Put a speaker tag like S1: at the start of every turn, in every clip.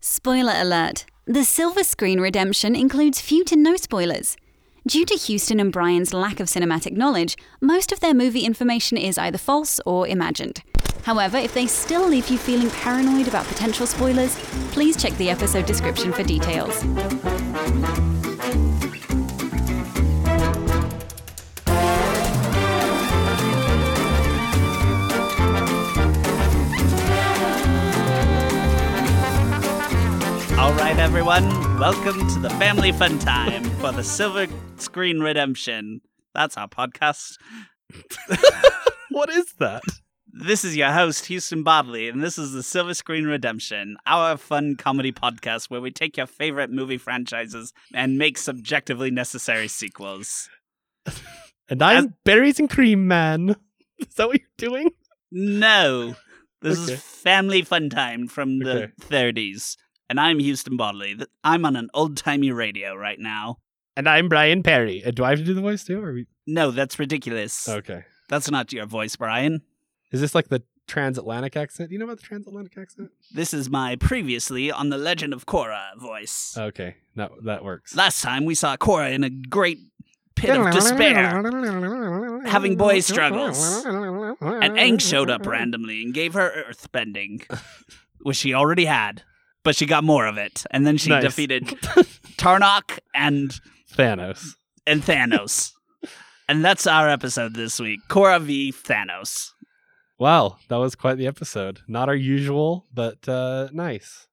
S1: Spoiler alert the silver screen redemption includes few to no spoilers. Due to Houston and Brian's lack of cinematic knowledge, most of their movie information is either false or imagined. However, if they still leave you feeling paranoid about potential spoilers, please check the episode description for details.
S2: All right, everyone, welcome to the Family Fun Time for the Silver Screen Redemption. That's our podcast.
S3: What is that?
S2: This is your host, Houston Bodley, and this is the Silver Screen Redemption, our fun comedy podcast where we take your favorite movie franchises and make subjectively necessary sequels.
S3: And I'm berries and cream man. Is that what you're doing?
S2: No, this
S3: Okay.
S2: is Family Fun Time from the
S3: Okay.
S2: 30s, and I'm Houston Bodley. Th- I'm on an old timey radio right now.
S3: And I'm Brian Perry. Uh, do I have to do the voice too? Or are we...
S2: No, that's ridiculous.
S3: Okay.
S2: That's not your voice, Brian.
S3: Is this like the transatlantic accent? Do you know about the transatlantic accent?
S2: This is my previously on the Legend of Korra voice.
S3: Okay, that that works.
S2: Last time we saw Korra in a great pit of despair, having boy struggles. and Aang showed up randomly and gave her earthbending, which she already had, but she got more of it. And then she
S3: Nice.
S2: defeated Tarnok and
S3: Thanos.
S2: and Thanos. and that's our episode this week: Korra v Thanos.
S3: Wow, that was quite the episode. Not our usual, but uh, nice.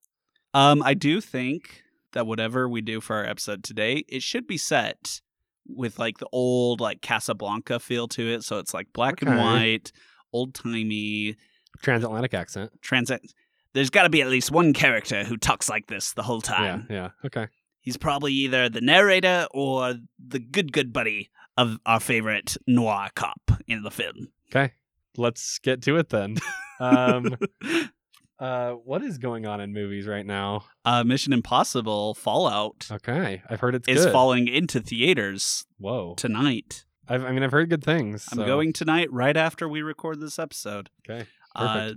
S2: Um, I do think that whatever we do for our episode today, it should be set with like the old like Casablanca feel to it. So it's like black and
S3: Okay.
S2: white, old timey
S3: Transatlantic accent.
S2: transit. There's got to be at least one character who talks like this the whole time.
S3: Yeah, yeah. Okay.
S2: He's probably either the narrator or the good good buddy of our favorite noir cop in the film.
S3: Okay. Let's get to it then. Um, uh, what is going on in movies right now?
S2: Uh, Mission Impossible Fallout
S3: Okay, I've heard Oh, it's
S2: is
S3: good.
S2: falling into theaters
S3: Whoa,
S2: tonight.
S3: I've, I mean, I've heard good things.
S2: I'm
S3: so-
S2: going tonight right after we record this episode.
S3: Okay,
S2: Uh,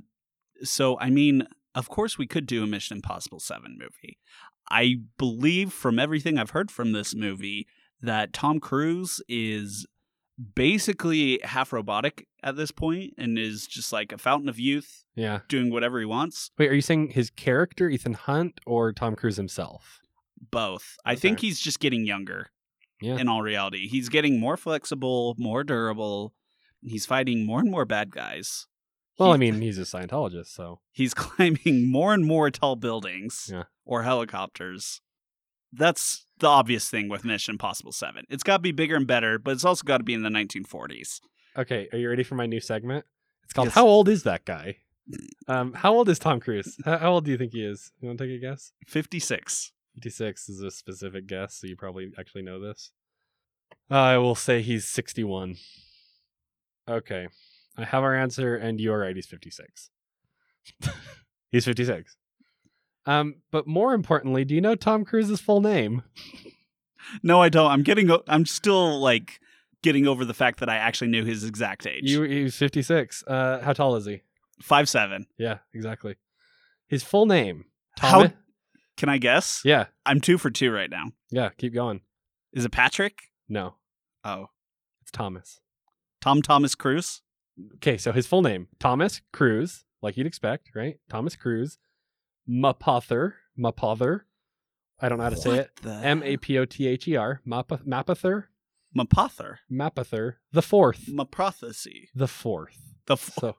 S2: so, I mean, of course, we could do a Mission Impossible 7 movie. I believe from everything I've heard from this movie that Tom Cruise is basically half robotic at this point and is just like a fountain of youth
S3: yeah.
S2: doing whatever he wants.
S3: Wait, are you saying his character, Ethan Hunt, or Tom Cruise himself?
S2: Both. I think
S3: Okay.
S2: he's just getting younger
S3: Yeah.
S2: in all reality. He's getting more flexible, more durable. He's fighting more and more bad guys.
S3: Well,
S2: He-
S3: I mean, he's a Scientologist, so
S2: he's climbing more and more tall buildings
S3: Yeah.
S2: or helicopters. That's the obvious thing with Mission Impossible 7. It's got to be bigger and better, but it's also got to be in the 1940s.
S3: okay. Are you ready for my new segment? It's called
S2: Yes.
S3: "How old is that guy?" Um, how old is Tom Cruise? How, how old do you think he is? You want to take a guess?
S2: 56.
S3: Fifty-six is a specific guess, so you probably actually know this. I will say he's sixty-one. Okay, I have our answer, and you are right. He's fifty-six. he's fifty-six. Um, but more importantly, do you know Tom Cruise's full name?
S2: No, I don't. I'm getting o- I'm still like getting over the fact that I actually knew his exact age.
S3: You, he's fifty-six. Uh, how tall is he?
S2: Five seven.
S3: Yeah, exactly. His full name.
S2: How-
S3: Thomas-
S2: Can I guess?
S3: Yeah,
S2: I'm 2 for 2 right now.
S3: yeah. Keep going.
S2: Is it Patrick?
S3: No,
S2: Oh.
S3: it's Thomas.
S2: Tom Thomas Cruise?
S3: Okay, so his full name Thomas Cruz, like you'd expect, right? Thomas Cruz, Mapother, Mapother. I don't know how to say it.
S2: The...
S3: M A P O T H E R, Mapa- Mapother,
S2: Mapother.
S3: Mapother, the fourth,
S2: Maprothesy.
S3: the fourth.
S2: The f-
S3: So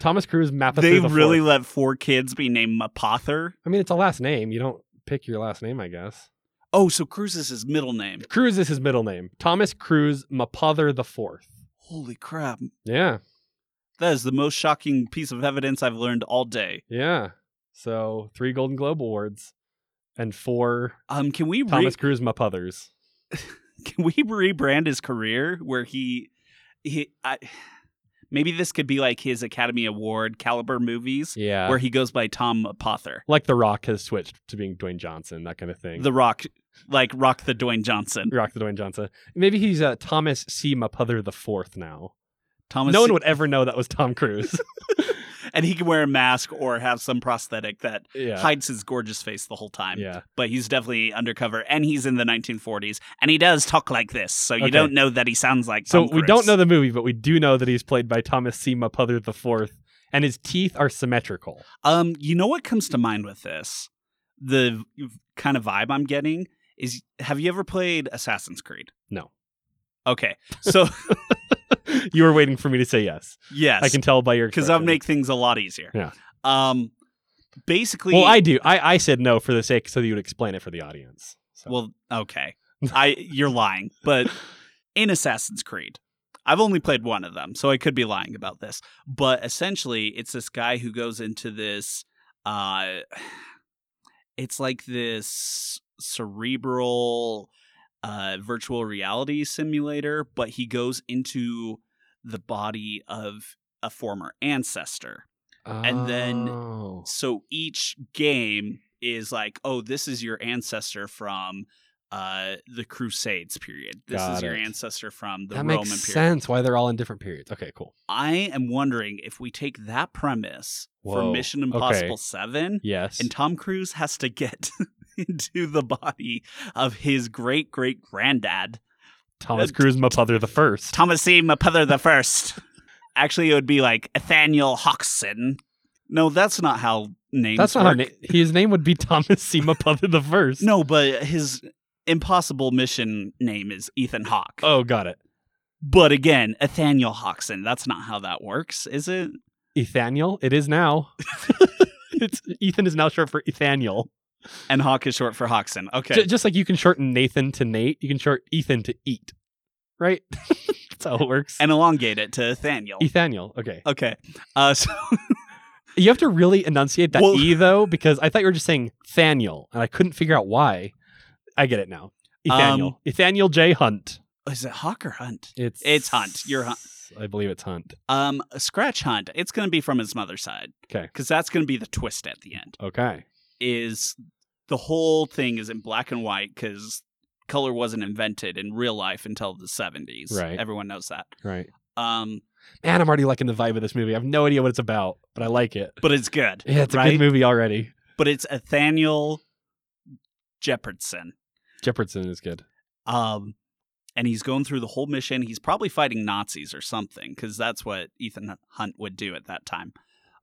S3: Thomas Cruz, Mapother.
S2: they
S3: the
S2: really
S3: Fourth.
S2: let four kids be named Mapother.
S3: I mean, it's a last name. You don't pick your last name, I guess.
S2: Oh, so Cruz is his middle name.
S3: Cruz is his middle name. Thomas Cruz, Mapother the fourth.
S2: Holy crap.
S3: Yeah,
S2: That is the most shocking piece of evidence I've learned all day.
S3: yeah. So three Golden Globe awards and four
S2: Um, can we re-
S3: Thomas Cruz Mapothers.
S2: can we rebrand his career where he he I, maybe this could be like his Academy Award caliber movies
S3: Yeah.
S2: where he goes by Tom Pother,
S3: like The Rock has switched to being Dwayne Johnson, that kind of thing.
S2: The Rock, like Rock the Dwayne Johnson.
S3: Rock the Dwayne Johnson. Maybe he's uh, Thomas C. Mapother the fourth now.
S2: Thomas,
S3: no one would ever know that was Tom Cruise.
S2: and he can wear a mask or have some prosthetic that
S3: Yeah.
S2: hides his gorgeous face the whole time.
S3: Yeah.
S2: But he's definitely undercover, and he's in the 1940s, and he does talk like this, so you
S3: Okay.
S2: don't know that he sounds like.
S3: So
S2: Tom
S3: we
S2: Cruise.
S3: don't know the movie, but we do know that he's played by Thomas C. Mapother the Fourth, and his teeth are symmetrical.
S2: Um, you know what comes to mind with this? The kind of vibe I'm getting is: Have you ever played Assassin's Creed?
S3: No.
S2: Okay, so
S3: you were waiting for me to say yes.
S2: yes,
S3: I can tell by your
S2: because that would
S3: expression.
S2: make things a lot easier.
S3: Yeah.
S2: Um, basically,
S3: Well, I do. I, I said no for the sake so that you would explain it for the audience. So.
S2: Well, okay. I you're lying, but in Assassin's Creed, I've only played one of them, so I could be lying about this. But essentially, it's this guy who goes into this uh it's like this cerebral uh virtual reality simulator, but he goes into the body of a former ancestor. and then-
S3: Oh.
S2: So each game is like, oh, this is your ancestor from uh, the Crusades period. This is
S3: Got
S2: your
S3: it.
S2: ancestor from the
S3: that
S2: Roman
S3: makes
S2: period.
S3: sense. Why they're all in different periods? Okay, cool.
S2: I am wondering if we take that premise for
S3: Whoa.
S2: Mission
S3: Okay.
S2: Impossible 7
S3: Yes.
S2: and Tom Cruise has to get into the body of his great great granddad,
S3: Thomas
S2: uh,
S3: Cruise Mapother the First.
S2: Thomas C. Mapother the First. Actually, it would be like Nathaniel Hoxson. No, that's not how names
S3: That's not
S2: work.
S3: how na- his name would be Thomas C. Mapother the First.
S2: No, but his impossible mission name is Ethan Hawke.
S3: Oh, got it.
S2: But again, Nathaniel Hawkson. That's not how that works, is it?
S3: Ethaniel. It is now. it's Ethan is now short for Ethaniel.
S2: And Hawk is short for Hawkson. Okay.
S3: J- just like you can shorten Nathan to Nate, you can short Ethan to Eat. Right? That's how it works.
S2: and elongate it to Nathaniel.
S3: Ethaniel. Okay.
S2: Okay. Uh, so
S3: You have to really enunciate that
S2: Well-
S3: E though, because I thought you were just saying Thaniel, and I couldn't figure out why. I get it now. Ethaniel.
S2: Um,
S3: Ethaniel J. Hunt.
S2: is it Hawk or Hunt?
S3: It's
S2: It's Hunt. You're Hunt.
S3: I believe it's Hunt.
S2: Um, Scratch Hunt. It's going to be from his mother's side.
S3: 'Kay.
S2: Because that's going to be the twist at the end.
S3: Okay.
S2: Is the whole thing is in black and white because color wasn't invented in real life until the 70s.
S3: Right.
S2: Everyone knows that.
S3: Right.
S2: Um,
S3: Man, I'm already liking the vibe of this movie. I have no idea what it's about, but I like it.
S2: but it's good.
S3: Yeah, it's a
S2: right?
S3: good movie already.
S2: but it's Nathaniel Jeopardson.
S3: Jeopardson is good.
S2: Um, and he's going through the whole mission. He's probably fighting Nazis or something because that's what Ethan Hunt would do at that time.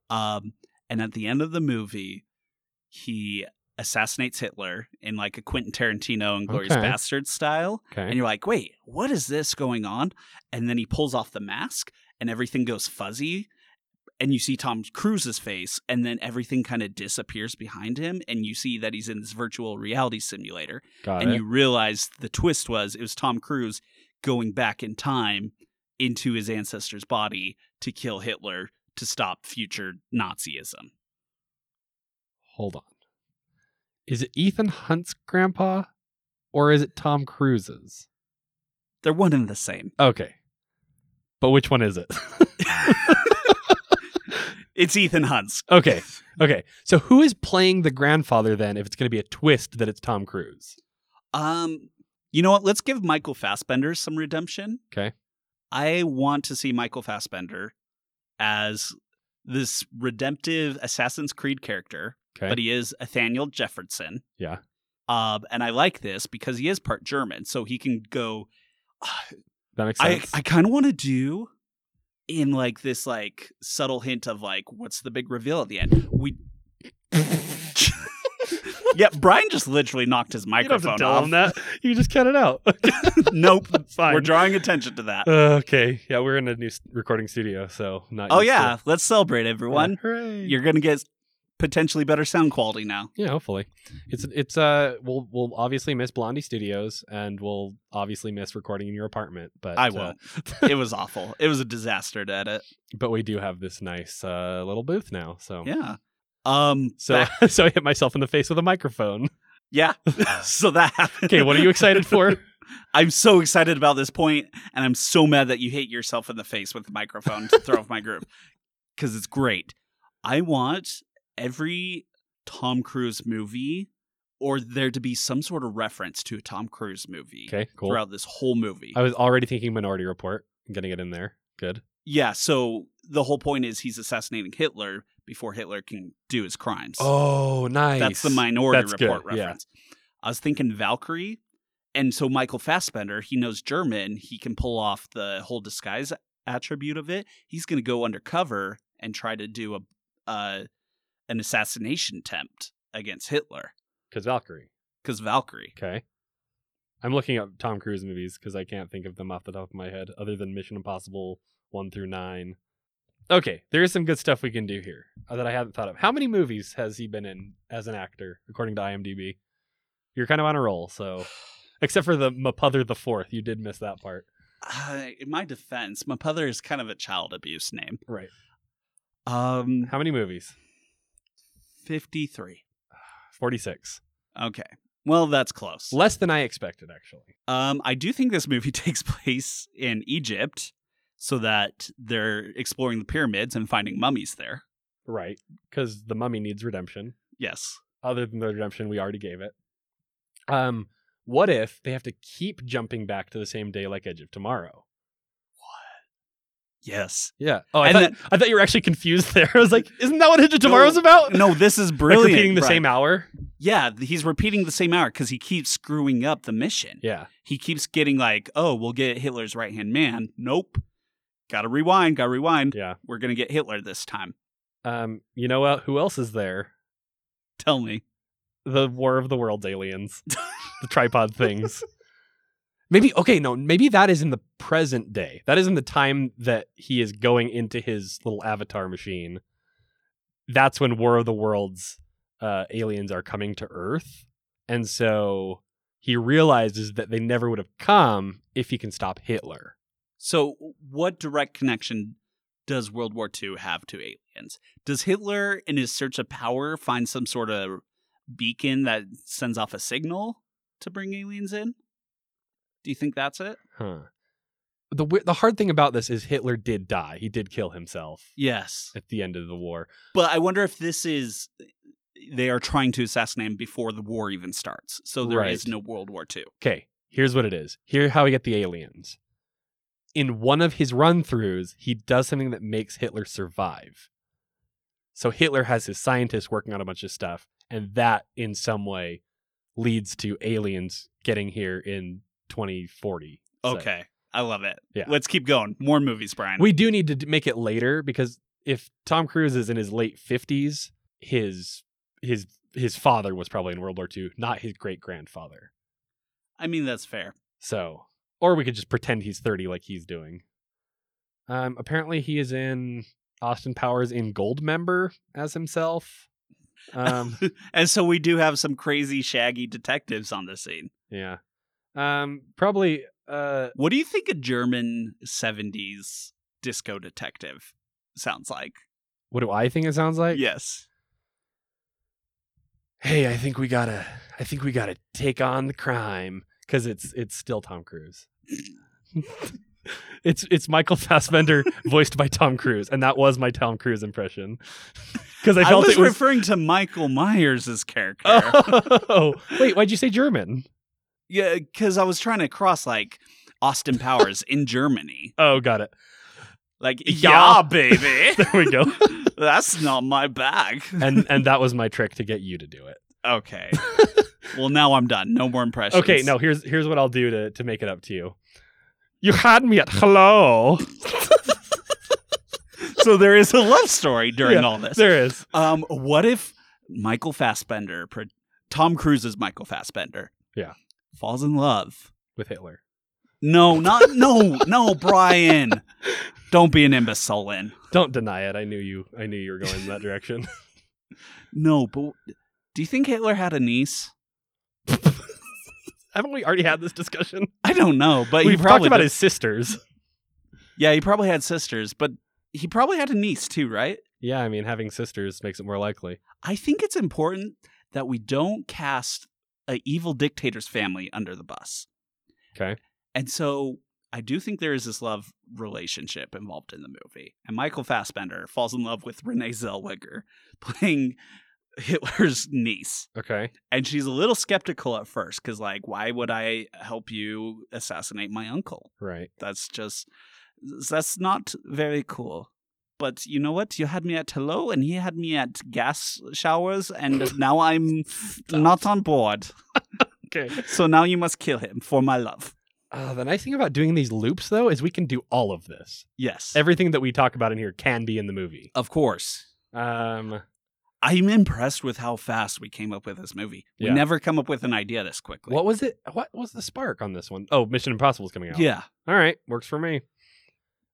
S2: Um, and at the end of the movie, he assassinates Hitler in like a Quentin Tarantino and Glorious
S3: Okay.
S2: Bastard style. And
S3: Okay.
S2: you're like, wait, what is this going on? And then he pulls off the mask and everything goes fuzzy. And you see Tom Cruise's face, and then everything kind of disappears behind him. And you see that he's in this virtual reality simulator
S3: Got
S2: and
S3: it.
S2: you realize the twist was it was Tom Cruise going back in time into his ancestor's body to kill Hitler to stop future Nazism.
S3: Hold on. Is it Ethan Hunt's grandpa or is it Tom Cruise's?
S2: They're one and the same.
S3: Okay. But which one is it?
S2: It's Ethan Hunt's.
S3: okay. Okay. So who is playing the grandfather then if it's going to be a twist that it's Tom Cruise?
S2: Um, you know what? Let's give Michael Fassbender some redemption.
S3: 'Kay.
S2: I want to see Michael Fassbender as this redemptive Assassin's Creed character
S3: Okay.
S2: but he is Nathaniel Jefferson.
S3: Yeah.
S2: Um, and I like this because he is part German, so he can go.
S3: that makes
S2: I
S3: sense.
S2: I kind of want to do in like this like subtle hint of like what's the big reveal at the end. We yeah, Brian just literally knocked his
S3: you don't have
S2: microphone
S3: to tell him
S2: off.
S3: that. You just cut it out.
S2: nope,
S3: Fine.
S2: we're drawing attention to that.
S3: Uh, okay. Yeah, we're in a new s- recording studio, so not.
S2: oh
S3: used to-
S2: yeah, let's celebrate everyone.
S3: Yeah, hooray!
S2: You're gonna get potentially better sound quality now.
S3: yeah, hopefully, it's it's uh we'll we'll obviously miss Blondie Studios and we'll obviously miss recording in your apartment, but
S2: I
S3: uh,
S2: won't. it was awful. It was a disaster to edit.
S3: but we do have this nice uh, little booth now, so
S2: Yeah. Um.
S3: So
S2: that-
S3: so I hit myself in the face with a microphone.
S2: Yeah. so that happened.
S3: Okay, what are you excited for?
S2: I'm so excited about this point, and I'm so mad that you hit yourself in the face with the microphone to throw off my groove because it's great. I want every Tom Cruise movie or there to be some sort of reference to a Tom Cruise movie
S3: Okay, cool.
S2: throughout this whole movie.
S3: I was already thinking Minority Report. I'm getting it in there. Good.
S2: yeah. So the whole point is he's assassinating Hitler before Hitler can do his crimes.
S3: Oh, nice.
S2: That's the Minority
S3: That's
S2: Report
S3: good, yeah.
S2: reference. I was thinking Valkyrie, and so Michael Fassbender, he knows German, he can pull off the whole disguise attribute of it. He's going to go undercover and try to do a uh, an assassination attempt against Hitler
S3: Because Valkyrie.
S2: because Valkyrie.
S3: Okay. I'm looking up Tom Cruise movies because I can't think of them off the top of my head, other than Mission Impossible 1 through 9. Okay, there is some good stuff we can do here uh, that I haven't thought of. How many movies has he been in as an actor, according to IMDb? You're kind of on a roll, so. Except for the Mapother the Fourth, you did miss that part.
S2: Uh, in my defense, my mother is kind of a child abuse name.
S3: Right.
S2: Um,
S3: How many movies?
S2: fifty three.
S3: 46.
S2: Okay, well that's close.
S3: Less than I expected, actually.
S2: Um, I do think this movie takes place in Egypt, so that they're exploring the pyramids and finding mummies there.
S3: Right. Because the mummy needs redemption.
S2: Yes.
S3: other than the redemption we already gave it. Um, what if they have to keep jumping back to the same day like Edge of Tomorrow?
S2: Yes.
S3: Yeah. Oh, I,
S2: And
S3: thought, I thought you were actually confused there. I was like, isn't that what Edge of Tomorrow's about?
S2: No, this is
S3: Like
S2: brilliant.
S3: repeating the
S2: Brian.
S3: same hour.
S2: Yeah, th- he's repeating the same hour because he keeps screwing up the mission.
S3: Yeah.
S2: He keeps getting like, oh, we'll get Hitler's right hand man. Nope. Gotta rewind, gotta rewind.
S3: Yeah.
S2: We're gonna get Hitler this time.
S3: Um, you know what? Who else is there?
S2: Tell me.
S3: The War of the Worlds aliens, the tripod things. Maybe okay, no, maybe that is in the present day. That is in the time that he is going into his little avatar machine. That's when War of the Worlds uh, aliens are coming to Earth, and so he realizes that they never would have come if he can stop Hitler.
S2: So, what direct connection does World War II have to aliens? Does Hitler, in his search of power, find some sort of beacon that sends off a signal to bring aliens in? Do you think that's it?
S3: Huh. The wi- the hard thing about this is Hitler did die. He did kill himself
S2: Yes.
S3: at the end of the war.
S2: But I wonder if this is they are trying to assassinate him before the war even starts. So there is
S3: Right.
S2: no World War II.
S3: Okay, here's what it is. Here how we get the aliens. In one of his run-throughs, he does something that makes Hitler survive. So Hitler has his scientists working on a bunch of stuff, and that in some way leads to aliens getting here in 2040. So-
S2: Okay. I love it.
S3: Yeah.
S2: Let's keep going. More movies, Brian.
S3: we do need to d- make it later because if Tom Cruise is in his late 50s, his his his father was probably in World War II, not his great-grandfather.
S2: I mean, that's fair.
S3: So, or we could just pretend he's 30 like he's doing. Um, apparently he is in Austin Powers in Gold Member as himself. Um,
S2: And so we do have some crazy, shaggy detectives on the scene.
S3: yeah. Um, probably uh
S2: What do you think a German 70s disco detective sounds like?
S3: what do I think it sounds like?
S2: yes.
S3: Hey, I think we got to I think we got to take on the crime cuz it's it's still Tom Cruise. it's it's Michael Fassbender voiced by Tom Cruise and that was my Tom Cruise impression. cuz I
S2: I,
S3: felt
S2: was,
S3: it was
S2: referring to Michael Myers' character.
S3: Oh. Wait, why'd you say German?
S2: Yeah, because I was trying to cross like Austin Powers in Germany.
S3: Oh, got it.
S2: Like,
S3: Yeah.
S2: yeah, baby.
S3: There we go.
S2: That's not my bag.
S3: and and that was my trick to get you to do it.
S2: Okay. well, now I'm done. No more impressions.
S3: Okay, no, here's here's what I'll do to to make it up to you. You had me at hello.
S2: So there is a love story during
S3: Yeah,
S2: all this.
S3: There is.
S2: Um, what if Michael Fassbender, pro- Tom Cruise is Michael Fassbender,
S3: Yeah.
S2: falls in love?
S3: With Hitler.
S2: No, not no, no, Brian. Don't be an imbecile, Lynn.
S3: Don't deny it. I knew you I knew you were going in that direction.
S2: No, but do you think Hitler had a niece?
S3: Haven't we already had this discussion?
S2: I don't know, but
S3: We've
S2: he
S3: talked
S2: probably
S3: about
S2: did-
S3: his sisters.
S2: Yeah, he probably had sisters, but he probably had a niece too, right?
S3: Yeah, I mean having sisters makes it more likely.
S2: I think it's important that we don't cast a evil dictator's family under the bus.
S3: Okay.
S2: And so I do think there is this love relationship involved in the movie. And Michael Fassbender falls in love with Renee Zellweger playing Hitler's niece.
S3: Okay.
S2: And she's a little skeptical at first because, like, why would I help you assassinate my uncle?
S3: Right.
S2: That's just, that's not very cool. But you know what? You had me at hello, and he had me at gas showers, and now I'm not on board.
S3: Okay.
S2: So now you must kill him for my love.
S3: Uh, the nice thing about doing these loops, though, is we can do all of this.
S2: Yes.
S3: Everything that we talk about in here can be in the movie.
S2: of course.
S3: Um,
S2: I'm impressed with how fast we came up with this movie.
S3: Yeah.
S2: We never come up with an idea this quickly.
S3: what was it? What was the spark on this one? Oh, Mission Impossible is coming out.
S2: yeah.
S3: All right, works for me.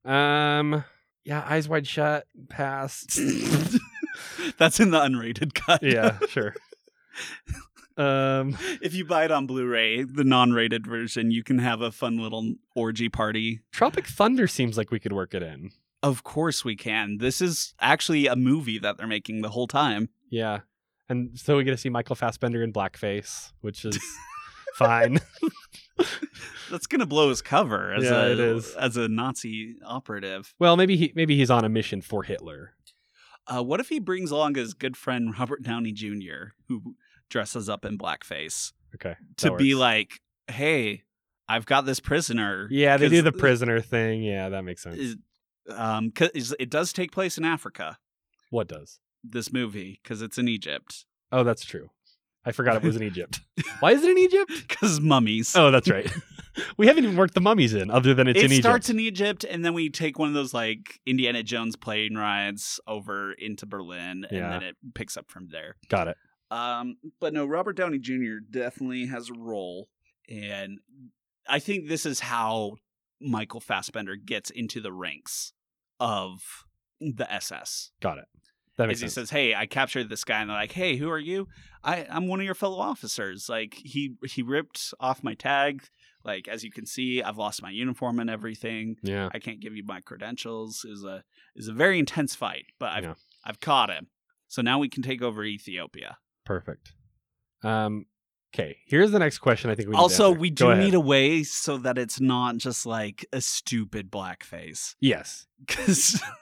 S3: Um, yeah, eyes wide shut, pass.
S2: That's in the unrated cut.
S3: yeah, sure. Um,
S2: If you buy it on Blu-ray, the non-rated version, you can have a fun little orgy party.
S3: Tropic Thunder seems like we could work it in.
S2: Of course we can. This is actually a movie that they're making the whole time.
S3: Yeah, and so we get to see Michael Fassbender in blackface, which is fine.
S2: That's gonna blow his cover as
S3: Yeah,
S2: a
S3: it is.
S2: as a Nazi operative.
S3: Well, maybe he maybe he's on a mission for Hitler.
S2: Uh, what if he brings along his good friend Robert Downey Jr., who dresses up in blackface
S3: Okay,
S2: to
S3: that
S2: be
S3: works.
S2: like, "Hey, I've got this prisoner."
S3: yeah, they
S2: 'cause
S3: do the prisoner thing. Yeah, that makes sense.
S2: is- um, 'cause it does take place in Africa.
S3: What does?
S2: This movie, because it's in Egypt,
S3: Oh, that's true. I forgot it was in Egypt. Why is it in Egypt?
S2: because mummies.
S3: Oh, that's right. we haven't even worked the mummies in, other than it's
S2: it
S3: in Egypt.
S2: starts in Egypt, and then we take one of those like Indiana Jones plane rides over into Berlin,
S3: Yeah.
S2: and then it picks up from there.
S3: Got it.
S2: Um, but no, Robert Downey Jr. definitely has a role, and I think this is how Michael Fassbender gets into the ranks of the SS.
S3: Got it. That
S2: As
S3: makes
S2: he
S3: sense.
S2: says, "Hey, I captured this guy," and they're like, "Hey, who are you? I, I'm one of your fellow officers. Like he he ripped off my tag. Like as you can see, I've lost my uniform and everything.
S3: yeah.
S2: I can't give you my credentials. Is a is a very intense fight, but I've
S3: Yeah.
S2: I've caught him. So now we can take over Ethiopia.
S3: Perfect. Um. Okay. Here's the next question. I think we need
S2: also,
S3: to answer.
S2: we
S3: Go
S2: do
S3: ahead.
S2: need a way so that it's not just like a stupid blackface.
S3: yes.
S2: Because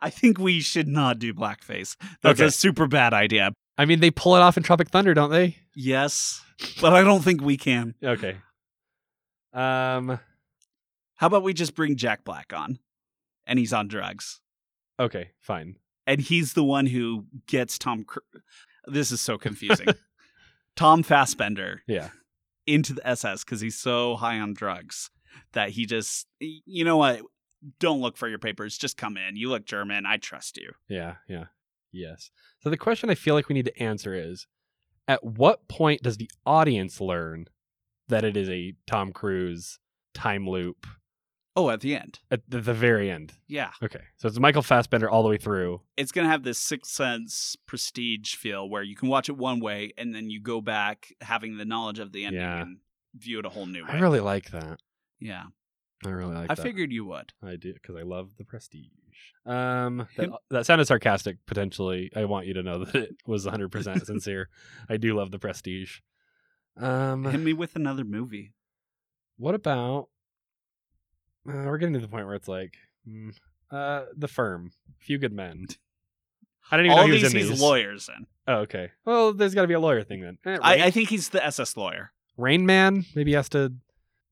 S2: I think we should not do blackface. That's
S3: Okay.
S2: a super bad idea.
S3: I mean, they pull it off in Tropic Thunder, don't they?
S2: Yes, but I don't think we can.
S3: Okay. Um.
S2: How about we just bring Jack Black on? And he's on drugs.
S3: Okay. Fine.
S2: And he's the one who gets Tom. Cru- this is so confusing. Tom Fassbender
S3: Yeah.
S2: into the SS because he's so high on drugs that he just, you know what? Don't look for your papers. Just come in. You look German. I trust you.
S3: Yeah. Yeah. Yes. So the question I feel like we need to answer is, at what point does the audience learn that it is a Tom Cruise time loop
S2: Oh, at the end.
S3: at the, the very end?
S2: Yeah.
S3: Okay. So it's Michael Fassbender all the way through.
S2: It's going to have this sixth sense prestige feel where you can watch it one way and then you go back having the knowledge of the ending
S3: Yeah.
S2: and view it a whole new way.
S3: I really like that.
S2: yeah.
S3: I really like
S2: I
S3: that.
S2: figured you would.
S3: I do because I love the prestige. Um, that,
S2: Him-
S3: that sounded sarcastic. Potentially, I want you to know that it was 100 percent sincere. I do love the prestige. Um,
S2: Hit me with another movie.
S3: what about? Uh, we're getting to the point where it's like, mm, uh, the firm, few good men. I didn't even
S2: All
S3: know he
S2: these,
S3: was in
S2: he's
S3: these.
S2: lawyers in.
S3: Oh, okay. Well, there's got to be a lawyer thing then. Eh, Rain,
S2: I, I think he's the SS lawyer.
S3: Rain Man maybe has to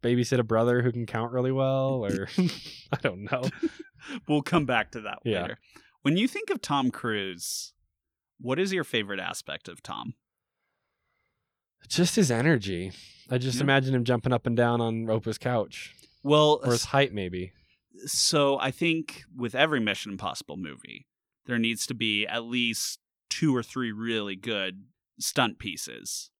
S3: babysit a brother who can count really well, or I don't know.
S2: We'll come back to that
S3: Yeah.
S2: later. When you think of Tom Cruise, what is your favorite aspect of Tom?
S3: Just his energy. I just
S2: Yeah.
S3: imagine him jumping up and down on Opa's couch
S2: Well,
S3: or his height, maybe.
S2: so I think with every Mission Impossible movie, there needs to be at least two or three really good stunt pieces.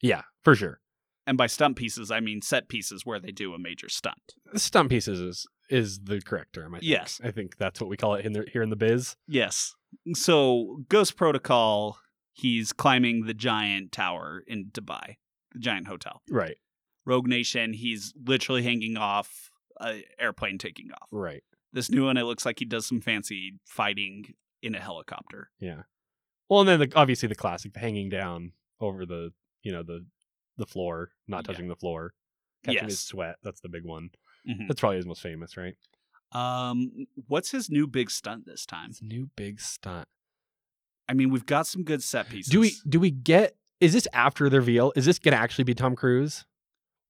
S3: Yeah, for sure.
S2: And by stunt pieces, I mean set pieces where they do a major stunt.
S3: Stunt pieces is is the correct term. I think.
S2: Yes.
S3: I think that's what we call it in the, here in the biz.
S2: Yes. So Ghost Protocol, he's climbing the giant tower in Dubai, the giant hotel.
S3: Right,
S2: Rogue Nation, he's literally hanging off an airplane taking off.
S3: right.
S2: This new one, it looks like he does some fancy fighting in a helicopter.
S3: Well, and then the, obviously the classic, the hanging down over the you know the the floor, not
S2: Yeah.
S3: touching the floor, catching his
S2: Yes.
S3: sweat. That's the big one.
S2: Mhm.
S3: That's probably his most famous, right?
S2: Um, what's his new big stunt this time?
S3: His new big stunt.
S2: I mean, we've got some good set pieces.
S3: Do we do we get? Is this after the reveal? Is this gonna actually be Tom Cruise?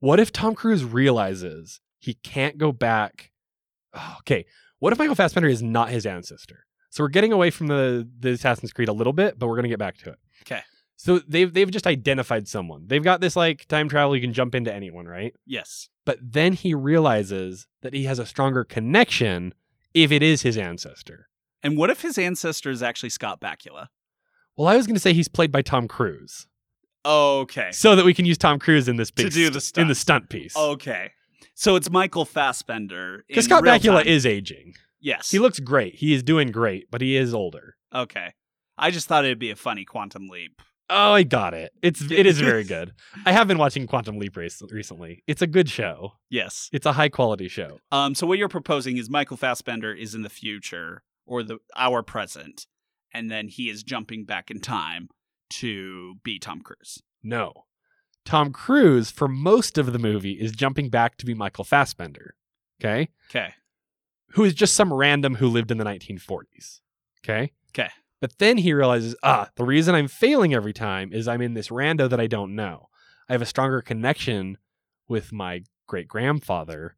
S3: What if Tom Cruise realizes he can't go back? Oh, okay, What if Michael Fassbender is not his ancestor? So we're getting away from the the Assassin's Creed a little bit, but we're gonna get back to it.
S2: 'Kay.
S3: So they've they've just identified someone. They've got this like time travel. You can jump into anyone, right?
S2: Yes.
S3: But then he realizes that he has a stronger connection if it is his ancestor.
S2: And what if his ancestor is actually Scott Bakula?
S3: Well, I was gonna say he's played by Tom Cruise,
S2: Okay.
S3: so that we can use Tom Cruise in this
S2: To
S3: big
S2: do the
S3: st- in the stunt piece.
S2: Okay. So it's Michael Fassbender. in
S3: because Scott
S2: real
S3: Bakula
S2: time.
S3: is aging.
S2: Yes.
S3: He looks great. He is doing great, but he is older.
S2: okay. I just thought it'd be a funny quantum leap.
S3: Oh, I got it. It's it is very good. I have been watching Quantum Leap race recently. It's a good show.
S2: Yes.
S3: It's a high quality show.
S2: Um. So what you're proposing is Michael Fassbender is in the future or the our present, and then he is jumping back in time to be Tom Cruise.
S3: No. Tom Cruise for most of the movie is jumping back to be Michael Fassbender, okay?
S2: Okay.
S3: Who is just some random who lived in the 1940s, okay?
S2: 'Kay.
S3: But then he realizes, ah, the reason I'm failing every time is I'm in this rando that I don't know. I have a stronger connection with my great grandfather,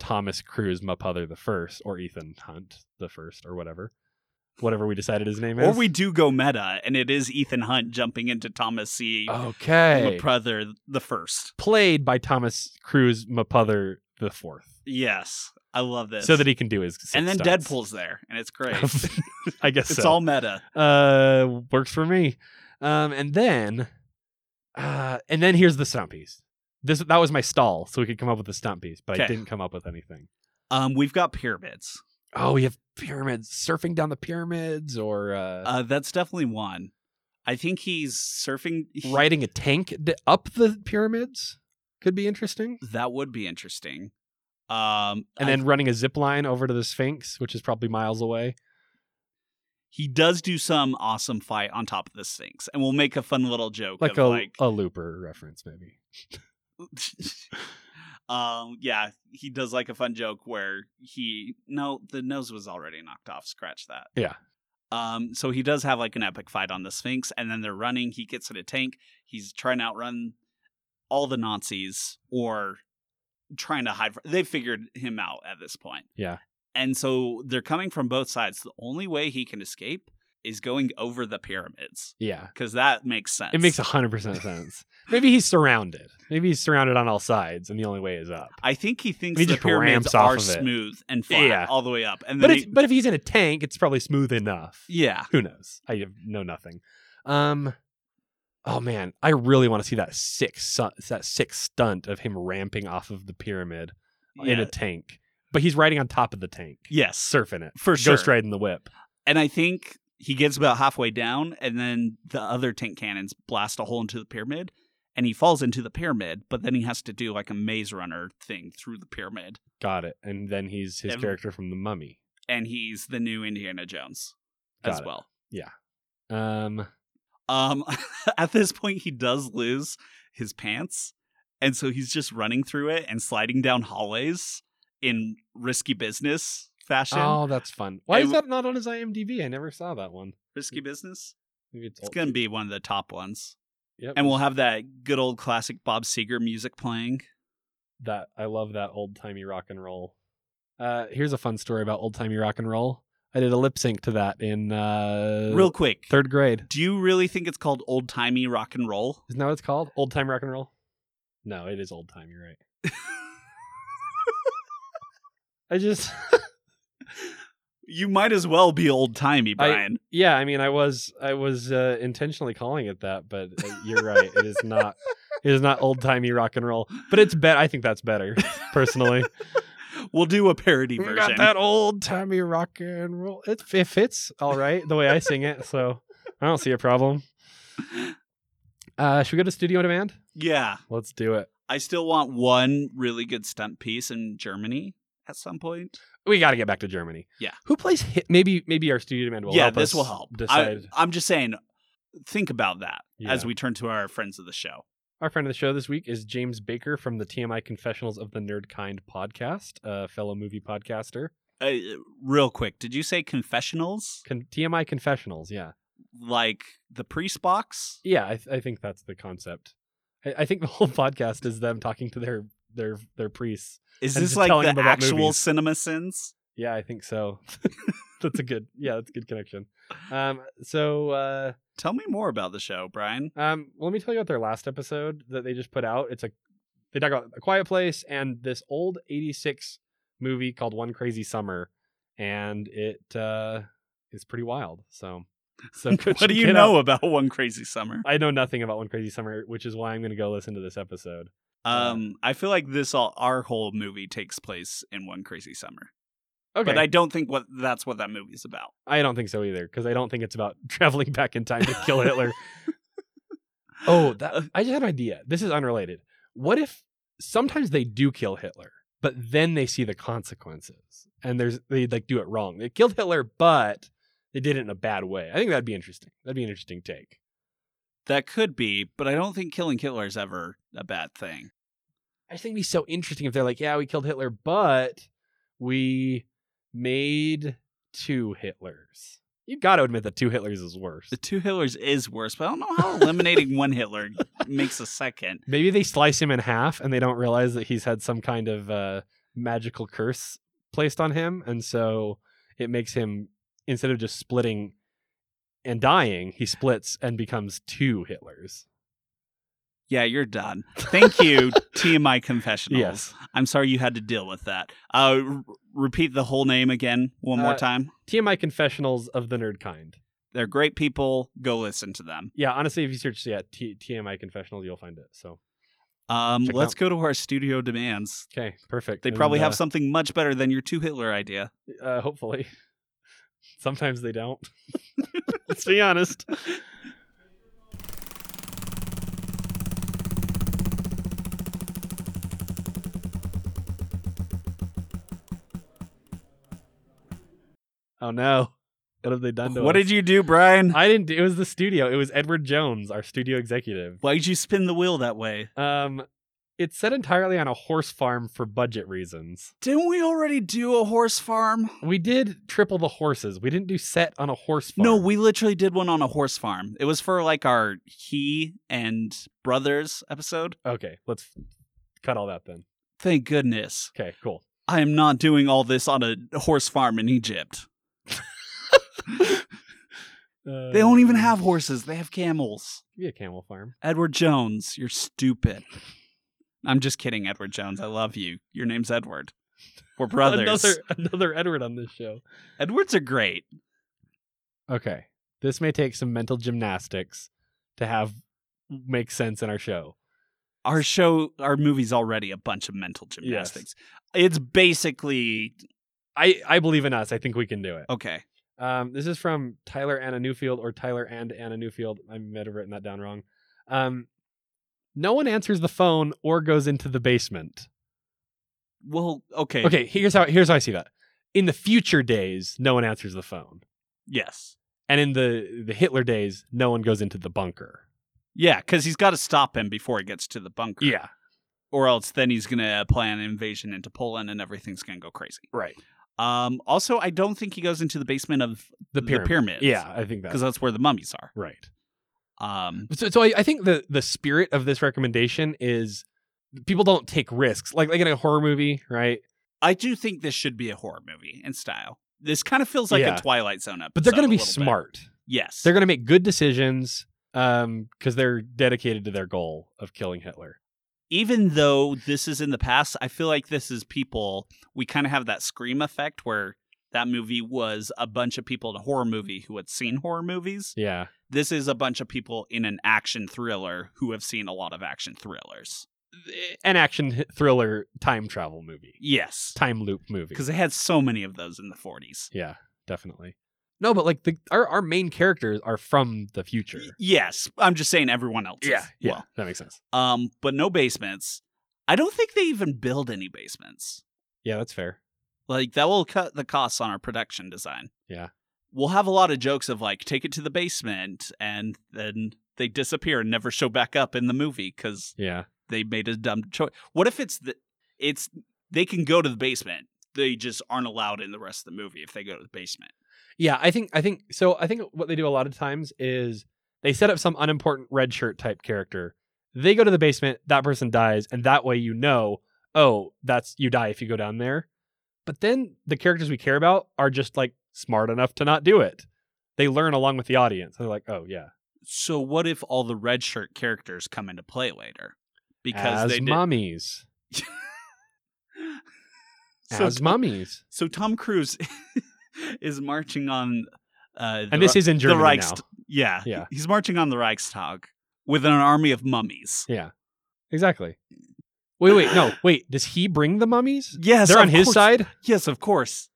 S3: Thomas Cruise Mapother the First, or Ethan Hunt the First, or whatever, whatever we decided his name is.
S2: Or we do go meta, and it is Ethan Hunt jumping into Thomas C.
S3: okay
S2: Leprother the first.
S3: played by Thomas Cruise Mapother the Fourth,
S2: Yes, I love this.
S3: so that he can do his.
S2: and then
S3: stunts.
S2: Deadpool's there, and it's great.
S3: I guess
S2: it's
S3: so.
S2: all meta.
S3: uh, works for me. Um, and then, uh, and then here's the stunt piece. This that was my stall, so we could come up with a stunt piece, but I
S2: Okay.
S3: didn't come up with anything.
S2: Um, we've got pyramids.
S3: Oh, we have pyramids, surfing down the pyramids, or uh,
S2: Uh, that's definitely one. I think he's surfing. he-
S3: riding a tank d- up the pyramids. Could be interesting.
S2: That would be interesting. Um,
S3: And
S2: I-
S3: then running a zip line over to the Sphinx, which is probably miles away.
S2: he does do some awesome fight on top of the Sphinx, and we'll make a fun little joke
S3: Like
S2: of
S3: a
S2: like,
S3: a looper reference, maybe.
S2: um, yeah, he does like a fun joke where he no, the nose was already knocked off. Scratch that.
S3: Yeah.
S2: Um, so he does have like an epic fight on the Sphinx, and then they're running. He gets in a tank. He's trying to outrun all the Nazis or trying to hide. fr- They figured him out at this point.
S3: Yeah.
S2: And so they're coming from both sides. The only way he can escape is going over the pyramids
S3: Yeah.
S2: because that makes sense.
S3: It makes 100% sense. Maybe he's surrounded. Maybe he's surrounded on all sides, and the only way is up.
S2: I think he thinks
S3: He
S2: the
S3: just
S2: pyramids
S3: ramps off
S2: are
S3: of it.
S2: smooth and flat
S3: Yeah.
S2: all the way up, and then
S3: But, if,
S2: he-
S3: but if he's in a tank, it's probably smooth enough.
S2: yeah,
S3: Who knows? I have- know nothing. Um, oh man, I really want to see that sick su- that sick stunt of him ramping off of the pyramid in
S2: yeah.
S3: a tank. But he's riding on top of the tank,
S2: yes,
S3: surfing it,
S2: for sure.
S3: ghost riding the whip.
S2: And I think he gets about halfway down, and then the other tank cannons blast a hole into the pyramid, and he falls into the pyramid. But then he has to do like a maze runner thing through the pyramid,
S3: Got it. And then he's his
S2: Em-
S3: character from the Mummy.
S2: and he's the new Indiana Jones as
S3: Got it.
S2: well.
S3: Um,
S2: Um, at this point, he does lose his pants, and so he's just running through it and sliding down hallways in risky business fashion.
S3: oh, that's fun. Why is
S2: And-
S3: that not on his IMDb? I never saw that one.
S2: Risky business.
S3: Maybe it's,
S2: It's gonna be one of the top ones,
S3: Yep.
S2: and we'll have that good old classic Bob Seger music playing.
S3: that I love that old timey rock and roll. Uh, here's a fun story about old timey rock and roll. I did a lip sync to that in uh,
S2: Real quick,
S3: third grade.
S2: do you really think it's called old timey rock and roll?
S3: Isn't that what it's called? Old time rock and roll? No, it is old time. You're right. I just,
S2: You might as well be old timey, Brian.
S3: yeah, I mean, I was, I was uh, intentionally calling it that, but uh, you're right. It is not, it is not old timey rock and roll. But it's bet. I think that's better, personally.
S2: We'll do a parody
S3: We
S2: version.
S3: got that old timey rock and roll. It, it fits all right the way I sing it, so I don't see a problem. Uh, should we go to Studio Demand?
S2: Yeah,
S3: Let's do it.
S2: I still want one really good stunt piece in Germany at some point.
S3: We got to get back to Germany.
S2: Yeah.
S3: Who plays hit? Maybe maybe our Studio Demand will
S2: yeah,
S3: help
S2: this
S3: us
S2: will help.
S3: decide.
S2: I, am just saying, think about that as
S3: Yeah.
S2: we turn to our friends of the show.
S3: Our friend of the show this week is James Baker from the TMI Confessionals of the Nerd Kind podcast, a fellow movie podcaster.
S2: Uh, real quick, did you say confessionals
S3: Con- TMI Confessionals, yeah.
S2: like the priest box?
S3: Yeah, I, th- I think that's the concept. I, I think the whole podcast is them talking to their their their priests
S2: Is
S3: And
S2: this
S3: just
S2: like
S3: telling
S2: the
S3: them about
S2: actual
S3: movies.
S2: cinema sins?
S3: Yeah, I think so. that's a good. Yeah, that's a good connection. Um, so uh,
S2: Tell me more about the show, Brian.
S3: um, let me tell you about their last episode that they just put out. It's a they talk about a quiet place and this old '86 movie called One Crazy Summer, and it uh, is pretty wild. So, so
S2: what do you
S3: check it out.
S2: know about One Crazy Summer?
S3: I know nothing about One Crazy Summer, which is why I'm going to go listen to this episode.
S2: Um, I feel like this all our whole movie takes place in One Crazy Summer,
S3: Okay,
S2: but I don't think what that's what that movie's about.
S3: I don't think so either because I don't think it's about traveling back in time to kill Hitler. oh, that, I just had an idea. This is unrelated. What if sometimes they do kill Hitler, but then they see the consequences and there's they like do it wrong. They killed Hitler, but they did it in a bad way. I think that'd be interesting. That'd be an interesting take.
S2: That could be, but I don't think killing Hitler is ever a bad thing.
S3: I just think it'd be so interesting if they're like, yeah, we killed Hitler, but we made two Hitlers. You got to admit that two Hitlers is worse.
S2: The two Hitlers is worse, but I don't know how eliminating one Hitler makes a second.
S3: Maybe they slice him in half and they don't realize that he's had some kind of uh, magical curse placed on him. And so it makes him, instead of just splitting and dying, he splits and becomes two Hitlers.
S2: Yeah, you're done. Thank you, TMI Confessionals.
S3: Yes.
S2: I'm sorry you had to deal with that. Uh, r- repeat the whole name again one more
S3: Uh,
S2: time.
S3: TMI Confessionals of the Nerd Kind.
S2: They're great people. Go listen to them.
S3: Yeah, honestly, if you search yeah, T- TMI Confessionals, you'll find it. So,
S2: Um,
S3: Check 'em
S2: let's
S3: out.
S2: go to our studio demands.
S3: okay, perfect.
S2: They
S3: And,
S2: probably
S3: uh,
S2: have something much better than your two Hitler idea.
S3: Uh, hopefully. Sometimes they don't. Let's be honest. Oh no. What have they done to
S2: What
S3: us?
S2: did you do, Brian?
S3: I didn't do- it was the studio. It was Edward Jones, our studio executive.
S2: Why'd you spin the wheel that way?
S3: Um it's set entirely on a horse farm for budget reasons.
S2: Didn't we already do a horse farm?
S3: We did triple the horses. We didn't do set on a horse farm.
S2: No, we literally did one on a horse farm. It was for like our he and brothers episode.
S3: Okay, let's cut all that then.
S2: Thank goodness.
S3: Okay, cool.
S2: I am not doing all this on a horse farm in Egypt. They don't
S3: Uh,
S2: even have horses, they have camels.
S3: Um, be a camel farm.
S2: Edward Jones, you're stupid. I'm just kidding, Edward Jones. I love you. Your name's Edward. We're brothers.
S3: Another another Edward on this show.
S2: Edwards are great.
S3: Okay, this may take some mental gymnastics to have make sense in our show.
S2: Our show, our movie's already a bunch of mental gymnastics. It's basically
S3: I I believe in us. I think we can do it.
S2: okay.
S3: Um, this is from Tyler Anna Newfield or Tyler and Anna Newfield. I might have written that down wrong. Um, no one answers the phone or goes into the basement.
S2: Well, okay.
S3: Okay, here's how here's how I see that. In the future days, no one answers the phone,
S2: Yes.
S3: and in the the Hitler days, no one goes into the bunker.
S2: Yeah, because he's got to stop him before he gets to the bunker.
S3: Yeah,
S2: Or else then he's going to plan an invasion into Poland and everything's going to go crazy.
S3: right.
S2: Um, also, I don't think he goes into the basement of
S3: The pyramid.
S2: pyramids.
S3: Yeah, I think
S2: because
S3: that's
S2: that's where the mummies are.
S3: right.
S2: Um,
S3: So, so I, I think the the spirit of this recommendation is people don't take risks like like in a horror movie, right?
S2: I do think this should be a horror movie in style. This kind of feels like
S3: Yeah.
S2: a Twilight Zone episode.
S3: But they're going
S2: a
S3: to be
S2: little bit.
S3: smart.
S2: Yes.
S3: They're going to make good decisions um because they're dedicated to their goal of killing Hitler.
S2: Even though this is in the past, I feel like this is people. We kind of have that scream effect where that movie was a bunch of people in a horror movie who had seen horror movies.
S3: Yeah.
S2: this is a bunch of people in an action thriller who have seen a lot of action thrillers.
S3: An action hi- thriller time travel movie.
S2: Yes.
S3: Time loop movie.
S2: Because they had so many of those in the 40s.
S3: Yeah, definitely. No, but like the our, our main characters are from the future.
S2: Y- Yes. I'm just saying everyone else. is.
S3: yeah,
S2: Well,
S3: that makes sense.
S2: um, but no basements. I don't think they even build any basements.
S3: Yeah, that's fair.
S2: Like, that will cut the costs on our production design.
S3: Yeah.
S2: We'll have a lot of jokes of like, take it to the basement, and then they disappear and never show back up in the movie because
S3: Yeah,
S2: they made a dumb choice. What if it's the it's they can go to the basement. They just aren't allowed in the rest of the movie if they go to the basement.
S3: yeah. I think I think so. I think what they do a lot of times is they set up some unimportant red shirt type character. They go to the basement. That person dies, and that way you know, oh, that's you die if you go down there. But then the characters we care about are just like smart enough to not do it. They learn along with the audience. They're like, oh yeah,
S2: So what if all the red shirt characters come into play later? Because
S3: as
S2: they did.
S3: mummies,
S2: so,
S3: as mummies,
S2: so Tom Cruise is marching on. Uh, the
S3: and this
S2: Ri-
S3: is in Germany
S2: the Reichst-
S3: now.
S2: Yeah,
S3: Yeah.
S2: he- He's marching on the Reichstag with an army of mummies.
S3: Yeah, exactly. Wait, wait, no, wait. Does he bring the mummies?
S2: Yes,
S3: They're on
S2: of
S3: his
S2: course.
S3: side.
S2: Yes, of course.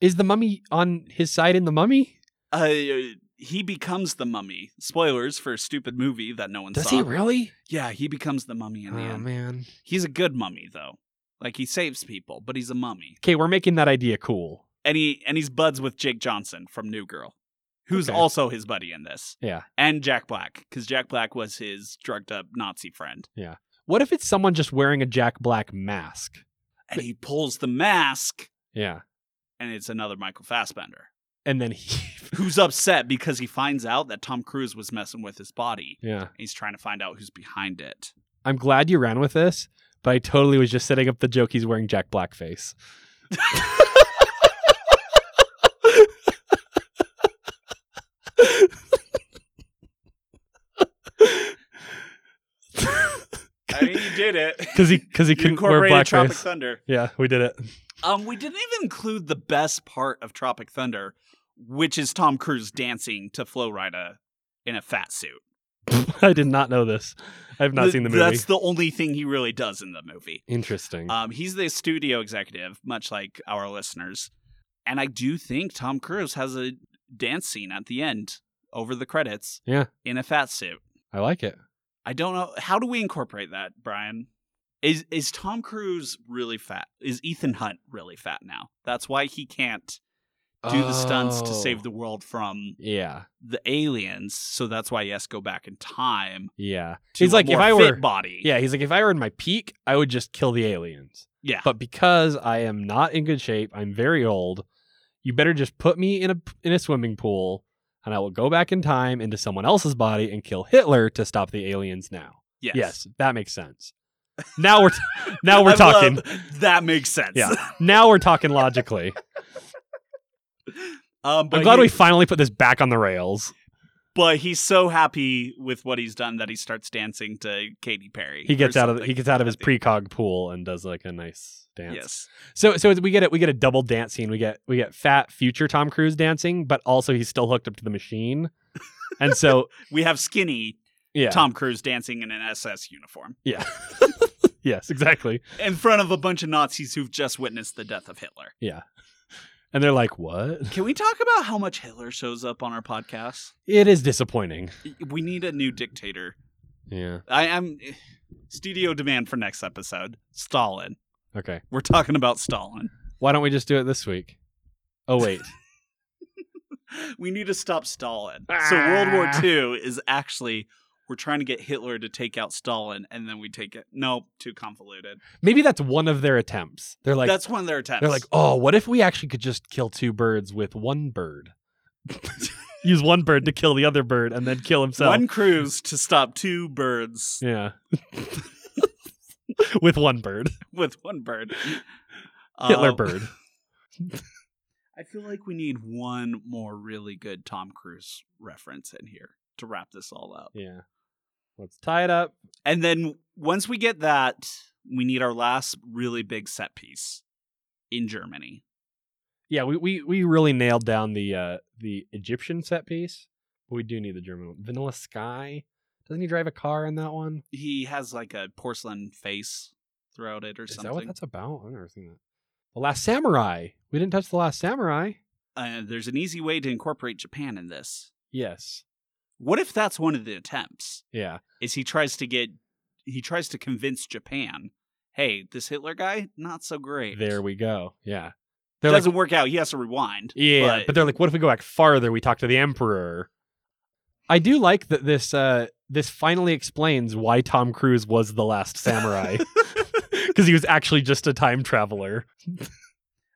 S3: Is the mummy on his side in the mummy?
S2: Uh, he becomes the mummy. Spoilers for a stupid movie that no one
S3: Does
S2: saw.
S3: he really?
S2: yeah, he becomes the mummy in
S3: oh
S2: the end.
S3: man.
S2: He's a good mummy though. Like he saves people, but he's a mummy.
S3: Okay, we're making that idea cool.
S2: And he and he's buds with Jake Johnson from New Girl, who's
S3: Okay.
S2: also his buddy in this.
S3: Yeah.
S2: And Jack Black, because Jack Black was his drugged up Nazi friend.
S3: What if it's someone just wearing a Jack Black mask?
S2: And he pulls the mask,
S3: Yeah.
S2: and it's another Michael Fassbender.
S3: And then he
S2: Who's upset because he finds out that Tom Cruise was messing with his body.
S3: Yeah.
S2: He's trying to find out who's behind it.
S3: I'm glad you ran with this, but I totally was just setting up the joke he's wearing Jack Black face.
S2: I mean, you did it.
S3: Cuz he cuz he
S2: You
S3: couldn't wear
S2: incorporated Tropic
S3: blackface.
S2: Thunder.
S3: Yeah, we did it.
S2: Um, we didn't even include the best part of Tropic Thunder, which is Tom Cruise dancing to Flo Rida in a fat suit.
S3: I did not know this. I've not
S2: Th-
S3: seen the movie.
S2: That's the only thing he really does in the movie.
S3: Interesting.
S2: Um, he's the studio executive, much like our listeners, and I do think Tom Cruise has a dance scene at the end over the credits.
S3: Yeah.
S2: in a fat suit.
S3: I like it.
S2: I don't know how do we incorporate that, Brian. Is is Tom Cruise really fat? Is Ethan Hunt really fat now? That's why he can't do the stunts to save
S3: Oh.
S2: the world from
S3: Yeah.
S2: the aliens. So that's why he has to go back in time.
S3: Yeah.
S2: To
S3: He's
S2: a
S3: like, if
S2: more
S3: I
S2: fit
S3: were-
S2: body,
S3: Yeah, he's like if I were in my peak, I would just kill the aliens.
S2: yeah.
S3: But because I am not in good shape, I'm very old. You better just put me in a in a swimming pool, and I will go back in time into someone else's body and kill Hitler to stop the aliens. Now,
S2: yes,
S3: yes, that makes sense. Now we're t- now
S2: I
S3: we're
S2: love-
S3: talking.
S2: that makes sense.
S3: Yeah. Now we're talking logically.
S2: um, but
S3: I'm glad
S2: he-
S3: we finally put this back on the rails.
S2: But he's so happy with what he's done that he starts dancing to Katy Perry.
S3: He
S2: or
S3: gets out of
S2: something.
S3: he gets out of his
S2: I think-
S3: precog pool and does like a nice dance.
S2: Yes.
S3: So so we get it. We get a double dance scene. We get we get fat future Tom Cruise dancing, but also he's still hooked up to the machine. And so
S2: We have skinny
S3: yeah,
S2: Tom Cruise dancing in an SS uniform
S3: yeah, yes, exactly.
S2: in front of a bunch of Nazis who've just witnessed the death of Hitler.
S3: And they're like, "What?"
S2: Can we talk about how much Hitler shows up on our podcast?
S3: It is disappointing.
S2: We need a new dictator.
S3: Yeah.
S2: I am studio demand for next episode. Stalin.
S3: Okay.
S2: We're talking about Stalin.
S3: Why don't we just do it this week? Oh wait.
S2: We need to stop Stalin. So World War
S3: Ah.
S2: II is actually we're trying to get Hitler to take out Stalin, and then we take it. No, too convoluted.
S3: Maybe that's one of their attempts. They're like
S2: That's one of their attempts.
S3: they're like, "Oh, what if we actually could just kill two birds with one bird?" Use one bird to kill the other bird and then kill himself.
S2: one cruise to stop two birds
S3: Yeah. with one bird.
S2: with one bird.
S3: Hitler
S2: Uh,
S3: bird.
S2: I feel like we need one more really good Tom Cruise reference in here to wrap this all up.
S3: Yeah. Let's tie it up.
S2: And then once we get that, we need our last really big set piece in Germany.
S3: Yeah, we, we, we really nailed down the uh, the Egyptian set piece. We do need the German one. Vanilla Sky. Doesn't he drive a car in that one?
S2: He has like a porcelain face throughout it or
S3: Is that what
S2: something.
S3: that's about? I've never seen that. The Last Samurai. We didn't touch the Last Samurai.
S2: Uh, there's an easy way to incorporate Japan in this.
S3: Yes.
S2: What if that's one of the attempts?
S3: Yeah.
S2: Is he tries to get he tries to convince Japan, hey, this Hitler guy not so great.
S3: There we go. Yeah. They're like,
S2: doesn't work out. He has to rewind.
S3: Yeah,
S2: but-
S3: but, they're like, what if we go back farther? We talk to the emperor. I do like that this uh, this finally explains why Tom Cruise was the last samurai because he was actually just a time traveler.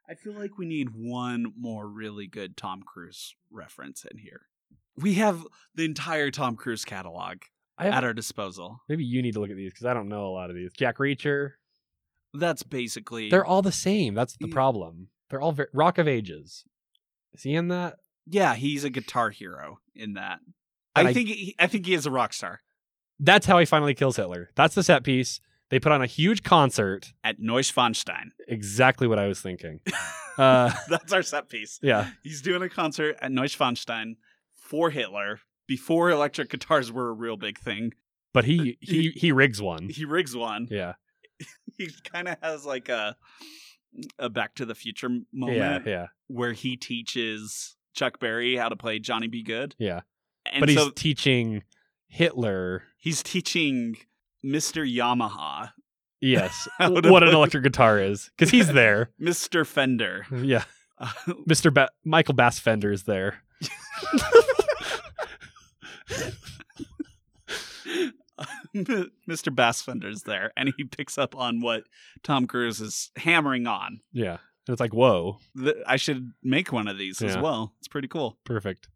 S2: I feel like we need one more really good Tom Cruise reference in here. We have the entire Tom Cruise catalog
S3: I have-
S2: at our disposal.
S3: Maybe you need to look at these because I don't know a lot of these. Jack Reacher.
S2: That's basically
S3: They're all the same. That's the
S2: Yeah.
S3: problem. They're all ver- Rock of Ages. Is he in that?
S2: Yeah, he's a guitar hero in that.
S3: And
S2: I
S3: I-
S2: think he, I think he is a rock star
S3: That's how he finally kills Hitler. That's the set piece. They put on a huge concert.
S2: at Neuschwanstein.
S3: Exactly what I was thinking. uh,
S2: That's our set piece.
S3: yeah.
S2: He's doing a concert at Neuschwanstein for Hitler before electric guitars were a real big thing.
S3: But he he he rigs one.
S2: He rigs one.
S3: Yeah.
S2: He kind of has like a a Back to the Future moment
S3: Yeah. Yeah.
S2: where he teaches Chuck Berry how to play Johnny Be Good.
S3: Yeah.
S2: And
S3: but he's
S2: so
S3: teaching Hitler.
S2: he's teaching Mr. Yamaha,
S3: Yes.
S2: How to
S3: what an
S2: play-
S3: electric guitar is because he's there.
S2: Mr. Fender.
S3: Yeah.
S2: Uh,
S3: Mr. Ba- Michael Bass Fender is there.
S2: Mr. Bassfender's there, and he picks up on what Tom Cruise is hammering on.
S3: Yeah. And it's like, whoa,
S2: Th- I should make one of these as
S3: Yeah.
S2: well. It's pretty cool.
S3: perfect.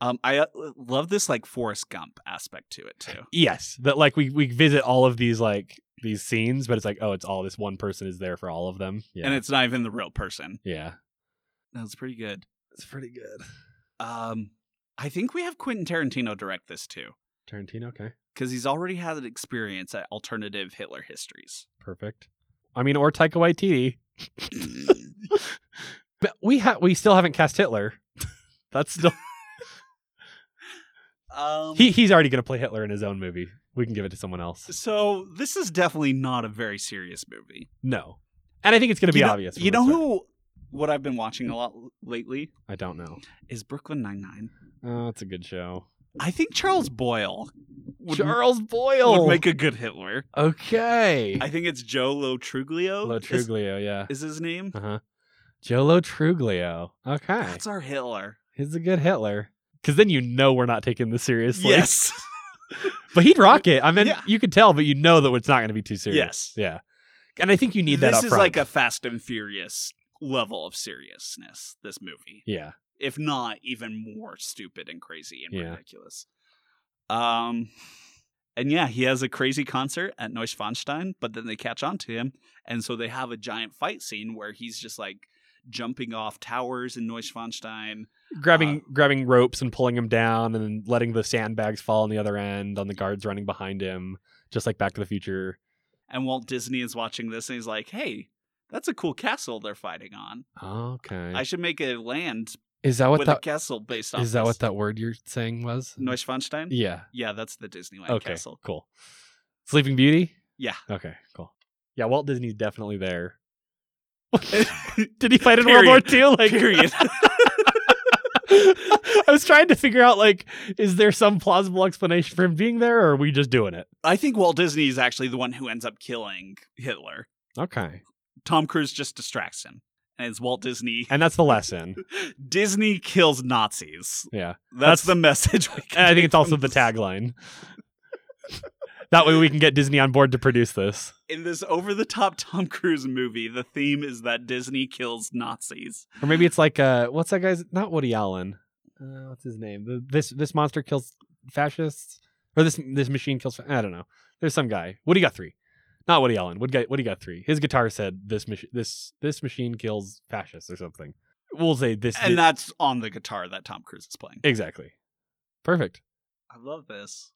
S2: Um, I uh, love this like Forrest Gump aspect to it too.
S3: Yes, that like we we visit all of these like these scenes, but it's like oh, it's all this one person is there for all of them. Yeah,
S2: And it's not even the real person.
S3: yeah,
S2: That's pretty good.
S3: it's pretty good.
S2: Um, I think we have Quentin Tarantino direct this too,
S3: Tarantino, okay,
S2: because he's already had an experience at alternative Hitler histories.
S3: perfect. I mean, or Taika Waititi. But we ha- we still haven't cast Hitler. That's still
S2: um,
S3: he he's already gonna play Hitler in his own movie. We can give it to someone else.
S2: so this is definitely not a very serious movie.
S3: No, and I think it's gonna be
S2: you know,
S3: obvious. from
S2: You
S3: the
S2: know
S3: start.
S2: who? What I've been watching a lot l- lately
S3: I don't know.
S2: is Brooklyn Nine Nine.
S3: Oh, that's a good show.
S2: I think Charles Boyle would,
S3: Charles Boyle
S2: would make a good Hitler.
S3: okay.
S2: I think it's Joe Lotruglio. is,
S3: Lotruglio, yeah.
S2: is his name.
S3: Uh huh. Jolo Truglio. Okay.
S2: That's our Hitler.
S3: He's a good Hitler. Because then you know we're not taking this seriously.
S2: Yes,
S3: But he'd rock it. I mean,
S2: Yeah.
S3: you could tell, but you know that it's not going to be too serious.
S2: yes.
S3: Yeah. And I think you need that
S2: this
S3: up
S2: is
S3: front.
S2: like a Fast and Furious level of seriousness. This movie,
S3: Yeah.
S2: if not even more stupid and crazy and
S3: Yeah.
S2: ridiculous. Um, and yeah, he has a crazy concert at Neuschwanstein, but then they catch on to him, and so they have a giant fight scene where he's just like jumping off towers in Neuschwanstein.
S3: Grabbing
S2: Uh,
S3: grabbing ropes and pulling him down and then letting the sandbags fall on the other end on the guards running behind him, just like Back to the Future.
S2: And Walt Disney is watching this, and he's like, "Hey, that's a cool castle they're fighting on.
S3: Okay.
S2: I should make a land
S3: is that what
S2: with a
S3: that
S2: castle based on
S3: is that what that word you're saying was?
S2: Neuschwanstein? Yeah.
S3: Yeah.
S2: that's the Disneyland
S3: Okay.
S2: castle.
S3: Cool. Sleeping Beauty?
S2: Yeah,
S3: Okay, cool. Yeah, Walt Disney's definitely there. Did he fight in World
S2: Period.
S3: War II? Like,
S2: period.
S3: I was trying to figure out like, is there some plausible explanation for him being there, or are we just doing it?
S2: I think Walt Disney is actually the one who ends up killing Hitler.
S3: Okay,
S2: Tom Cruise just distracts him. And it's Walt Disney.
S3: and that's the lesson.
S2: Disney kills Nazis.
S3: Yeah,
S2: That's,
S3: That's-
S2: the message we can
S3: and I think
S2: take
S3: it's also
S2: from
S3: the
S2: this.
S3: tagline. that way, we can get Disney on board to produce this.
S2: In this over the top Tom Cruise movie, the theme is that Disney kills Nazis.
S3: Or maybe it's like, uh, what's that guy's? Not Woody Allen. Uh, what's his name? The, this this monster kills fascists, or this this machine kills. Fa- I don't know. There's some guy. Woody Guthrie, not Woody Allen. Woody Gu- Woody Guthrie. His guitar said, "This machine this this machine kills fascists" or something. We'll say this.
S2: And
S3: thi-
S2: that's on the guitar that Tom Cruise is playing.
S3: exactly. Perfect.
S2: I love this.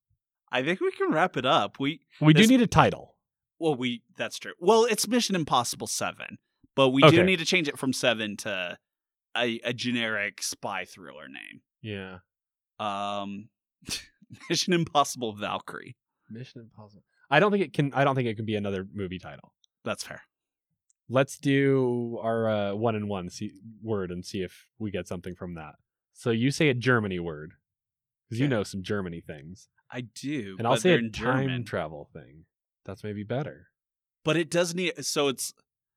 S2: I think we can wrap it up. We
S3: We
S2: This-
S3: do need a title.
S2: well we that's true. Well, it's Mission Impossible 7, but we do
S3: Okay.
S2: need to change it from 7 to a, a generic spy thriller name.
S3: Yeah.
S2: um Mission Impossible Valkyrie.
S3: Mission Impossible. I don't think it can. I don't think it can be another movie title.
S2: That's fair.
S3: let's do our uh, one and one see, word and see if we get something from that. So you say a Germany word because you
S2: Okay.
S3: know some Germany things,
S2: I do.
S3: and I'll
S2: but
S3: say
S2: they're
S3: a
S2: in
S3: time
S2: German.
S3: travel thing. That's maybe better.
S2: but it does need so it's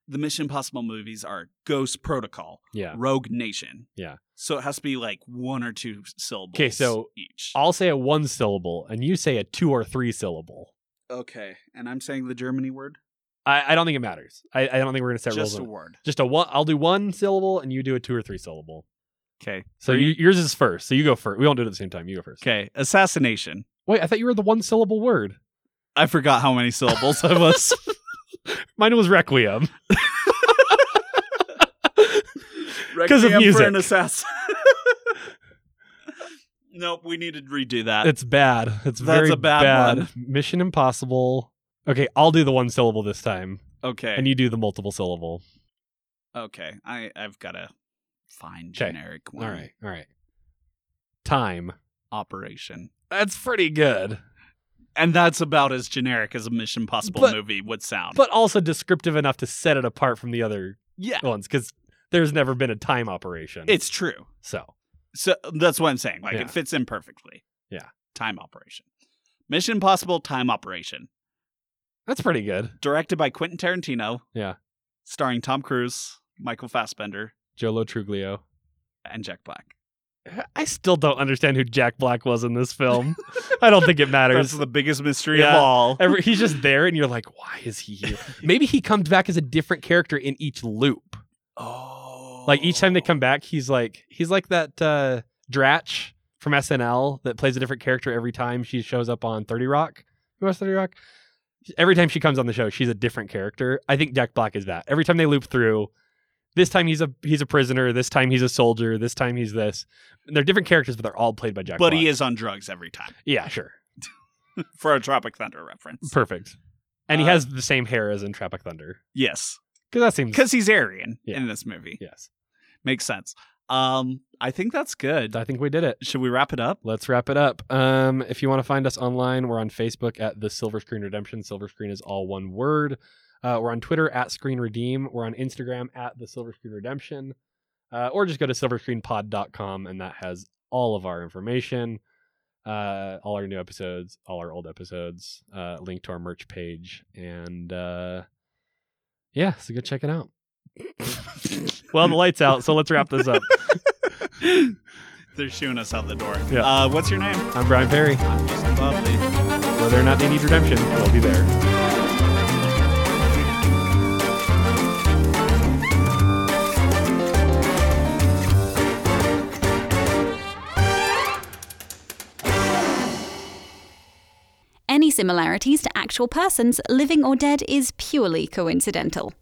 S2: the Mission Impossible movies are Ghost Protocol,
S3: Yeah,
S2: Rogue Nation.
S3: Yeah.
S2: So it has to be like one or two syllables.
S3: so
S2: each.
S3: I'll say a one syllable, and you say a two or three syllable.
S2: okay, and I'm saying the Germany word.
S3: I, I don't think it matters. I, I don't think we're gonna set rules.
S2: Just a
S3: on-
S2: word.
S3: Just a one. I'll do one syllable, and you do a two or three syllable.
S2: Okay.
S3: So you, yours is first. So you go first. We won't do it at the same time. You go first.
S2: Okay. Assassination.
S3: Wait, I thought you were the one syllable word.
S2: I forgot how many syllables I was.
S3: Mine was Requiem.
S2: Because
S3: of
S2: for
S3: music.
S2: an assassin. nope, we need to redo that.
S3: It's bad.
S2: That's
S3: It's very
S2: a bad one.
S3: Mission Impossible. Okay, I'll do the one syllable this time,
S2: okay.
S3: and you do the multiple syllable.
S2: okay. I I've got a fine
S3: 'Kay.
S2: generic one.
S3: All right, all right. Time.
S2: Operation.
S3: That's pretty good,
S2: And that's about as generic as a Mission Impossible
S3: But-
S2: movie would sound.
S3: but also descriptive enough to set it apart from the other
S2: yeah,
S3: ones because there's never been a time operation.
S2: it's true.
S3: so
S2: So that's what I'm saying. Like
S3: Yeah.
S2: it fits in perfectly.
S3: Yeah.
S2: Time Operation. Mission Impossible Time Operation.
S3: that's pretty good.
S2: Directed by Quentin Tarantino.
S3: Yeah.
S2: Starring Tom Cruise, Michael Fassbender,
S3: Jolo Truglio.
S2: and Jack Black. Uh,
S3: I still don't understand who Jack Black was in this film. I don't think it matters.
S2: That's the biggest mystery of
S3: Yeah.
S2: all.
S3: Every, he's just there, and you're like, why is he here? Maybe he comes back as a different character in each loop.
S2: Oh.
S3: Like each time they come back, he's like he's like that uh, Dratch from SNL that plays a different character every time she shows up on Thirty Rock. You watch Thirty Rock? Every time she comes on the show, she's a different character. I think Jack Black is that. Every time they loop through, this time he's a he's a prisoner. This time he's a soldier. This time he's this. And they're different characters, but they're all played by Jack.
S2: But
S3: Black.
S2: he is on drugs every time.
S3: Yeah, sure.
S2: For a Tropic Thunder reference.
S3: Perfect. And he
S2: Uh,
S3: has the same hair as in Tropic Thunder.
S2: yes.
S3: Because that seems.
S2: Because he's Aryan
S3: Yeah.
S2: in this movie.
S3: Yes.
S2: Makes sense. Um, I think that's good.
S3: I think we did it.
S2: Should we wrap it up?
S3: Let's wrap it up. Um, if you want to find us online, we're on Facebook at the Silver Screen Redemption. Silver Screen is all one word. Uh, we're on Twitter at Screen Redeem. We're on Instagram at the Silver Screen Redemption. Uh, or just go to silverscreenpod.com and that has all of our information, uh, all our new episodes, all our old episodes, uh, link to our merch page. And uh, yeah, so go check it out. well, the light's out, so let's wrap this up.
S2: They're shooing us out the door.
S3: Yeah.
S2: Uh, what's your name?
S3: I'm Brian Perry.
S2: I'm Jason Bubbly.
S3: Whether or not they need redemption, we'll be there.
S1: Any similarities to actual persons, living or dead, is purely coincidental.